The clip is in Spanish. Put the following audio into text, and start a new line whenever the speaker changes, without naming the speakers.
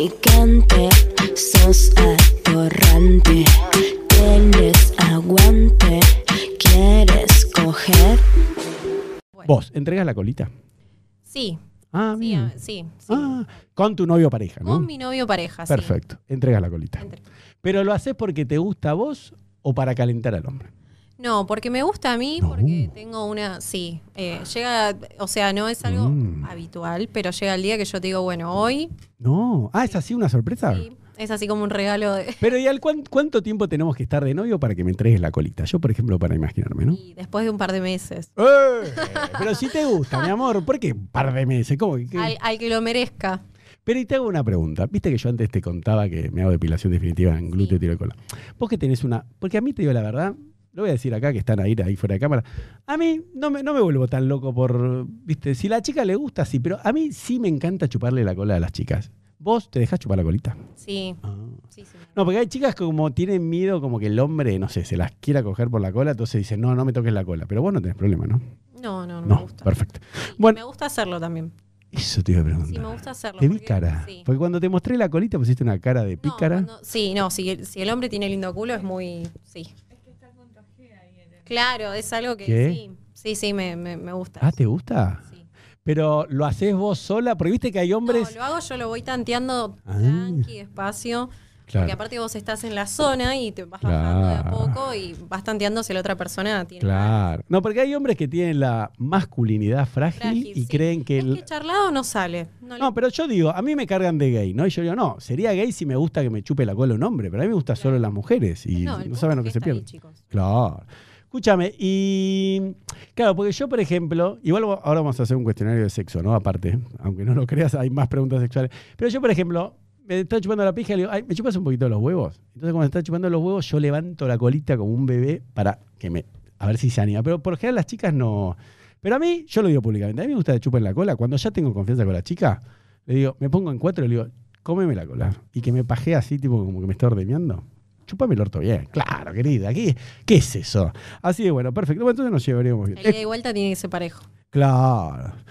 atorrante, sos atorrante. Tienes aguante, quieres coger.
Vos, entregas la colita.
Sí,
Ah,
sí,
bien.
a- sí, sí.
Ah, con tu novio o pareja, ¿no?
Con mi novio pareja, sí.
Perfecto, entregas la colita.
Entre-
Pero lo haces porque te gusta a vos o para calentar al hombre.
No, porque me gusta a mí,
No.
porque tengo una, sí, eh, llega, o sea, no es algo
Mm.
habitual, pero llega el día que yo te digo, bueno, hoy,
No, ah, es así una sorpresa.
sí, es así como un regalo de...
Pero ¿y al cuán- cuánto tiempo tenemos que estar de novio para que me entregues la colita? Yo, por ejemplo, para imaginarme, ¿no?
Y después de un par de meses,
¡Eh! Pero si te gusta, mi amor, ¿por qué un par de meses? ¿Cómo que-
al, al que lo merezca.
Pero y te hago una pregunta. Viste que yo antes te contaba que me hago depilación definitiva en glúteo,
Sí.
tiro y cola. Vos que tenés una. Porque a mí te digo la verdad, lo voy a decir acá que están ahí, ahí fuera de cámara. A mí no me, no me vuelvo tan loco por. Viste, si la chica le gusta, sí, pero a mí sí me encanta chuparle la cola a las chicas. Vos te dejás chupar la colita.
Sí,
Ah.
sí, sí.
No, porque hay chicas que como tienen miedo como que el hombre, no sé, se las quiera coger por la cola, entonces dicen, no, no me toques la cola. Pero vos no tenés problema, ¿no?
No, no, no, me
No,
gusta.
perfecto.
Y
Bueno.
Me gusta hacerlo también.
Eso te iba a preguntar.
Sí, me gusta hacerlo.
Te vi
porque-
cara.
sí.
Porque cuando te mostré la colita pusiste una cara de
No,
pícara.
cuando- sí, no, si, si el hombre tiene lindo culo es muy. Sí. Claro, es algo que
¿Qué?
sí. Sí, sí, me, me- me gusta.
Ah, ¿te gusta?
Sí.
Pero lo haces vos sola, porque viste que hay hombres.
No, lo hago, yo lo voy tanteando
Ah.
tranqui, despacio. Porque
claro,
aparte vos estás en la zona y te vas bajando de a
Claro.
poco y vas tanteando si la otra persona tiene.
claro. No, porque hay hombres que tienen la masculinidad frágil,
Frágil,
y
sí.
creen que.
Es
el-
que charlado no sale. No, le-
No, pero yo digo, a mí me cargan de gay, ¿no? Y yo digo, no, sería gay si me gusta que me chupe la cola un hombre, pero a mí me gusta solo las mujeres y
no,
no,
el punto
saben lo
es
que se
está ahí,
pierden.
chicos.
Claro. Escúchame, y claro, porque yo, por ejemplo, igual vo- ahora vamos a hacer un cuestionario de sexo, ¿no? Aparte, aunque no lo creas, hay más preguntas sexuales. Pero yo, por ejemplo, me está chupando la pija y le digo, ay, ¿me chupas un poquito los huevos? Entonces, cuando me está chupando los huevos, yo levanto la colita como un bebé para que me. A ver si se anima. Pero por lo general las chicas no. Pero a mí, yo lo digo públicamente, a mí me gusta que chupen la cola. Cuando ya tengo confianza con la chica, le digo, me pongo en cuatro y le digo, cómeme la cola. Y que me paje así, tipo como que me está ordeñando. Chupame el orto bien, claro, querida. ¿Qué, qué es eso? Así de bueno, perfecto. Bueno, entonces nos llevaríamos bien.
El
Es-
ida y vuelta tiene que ser parejo.
claro.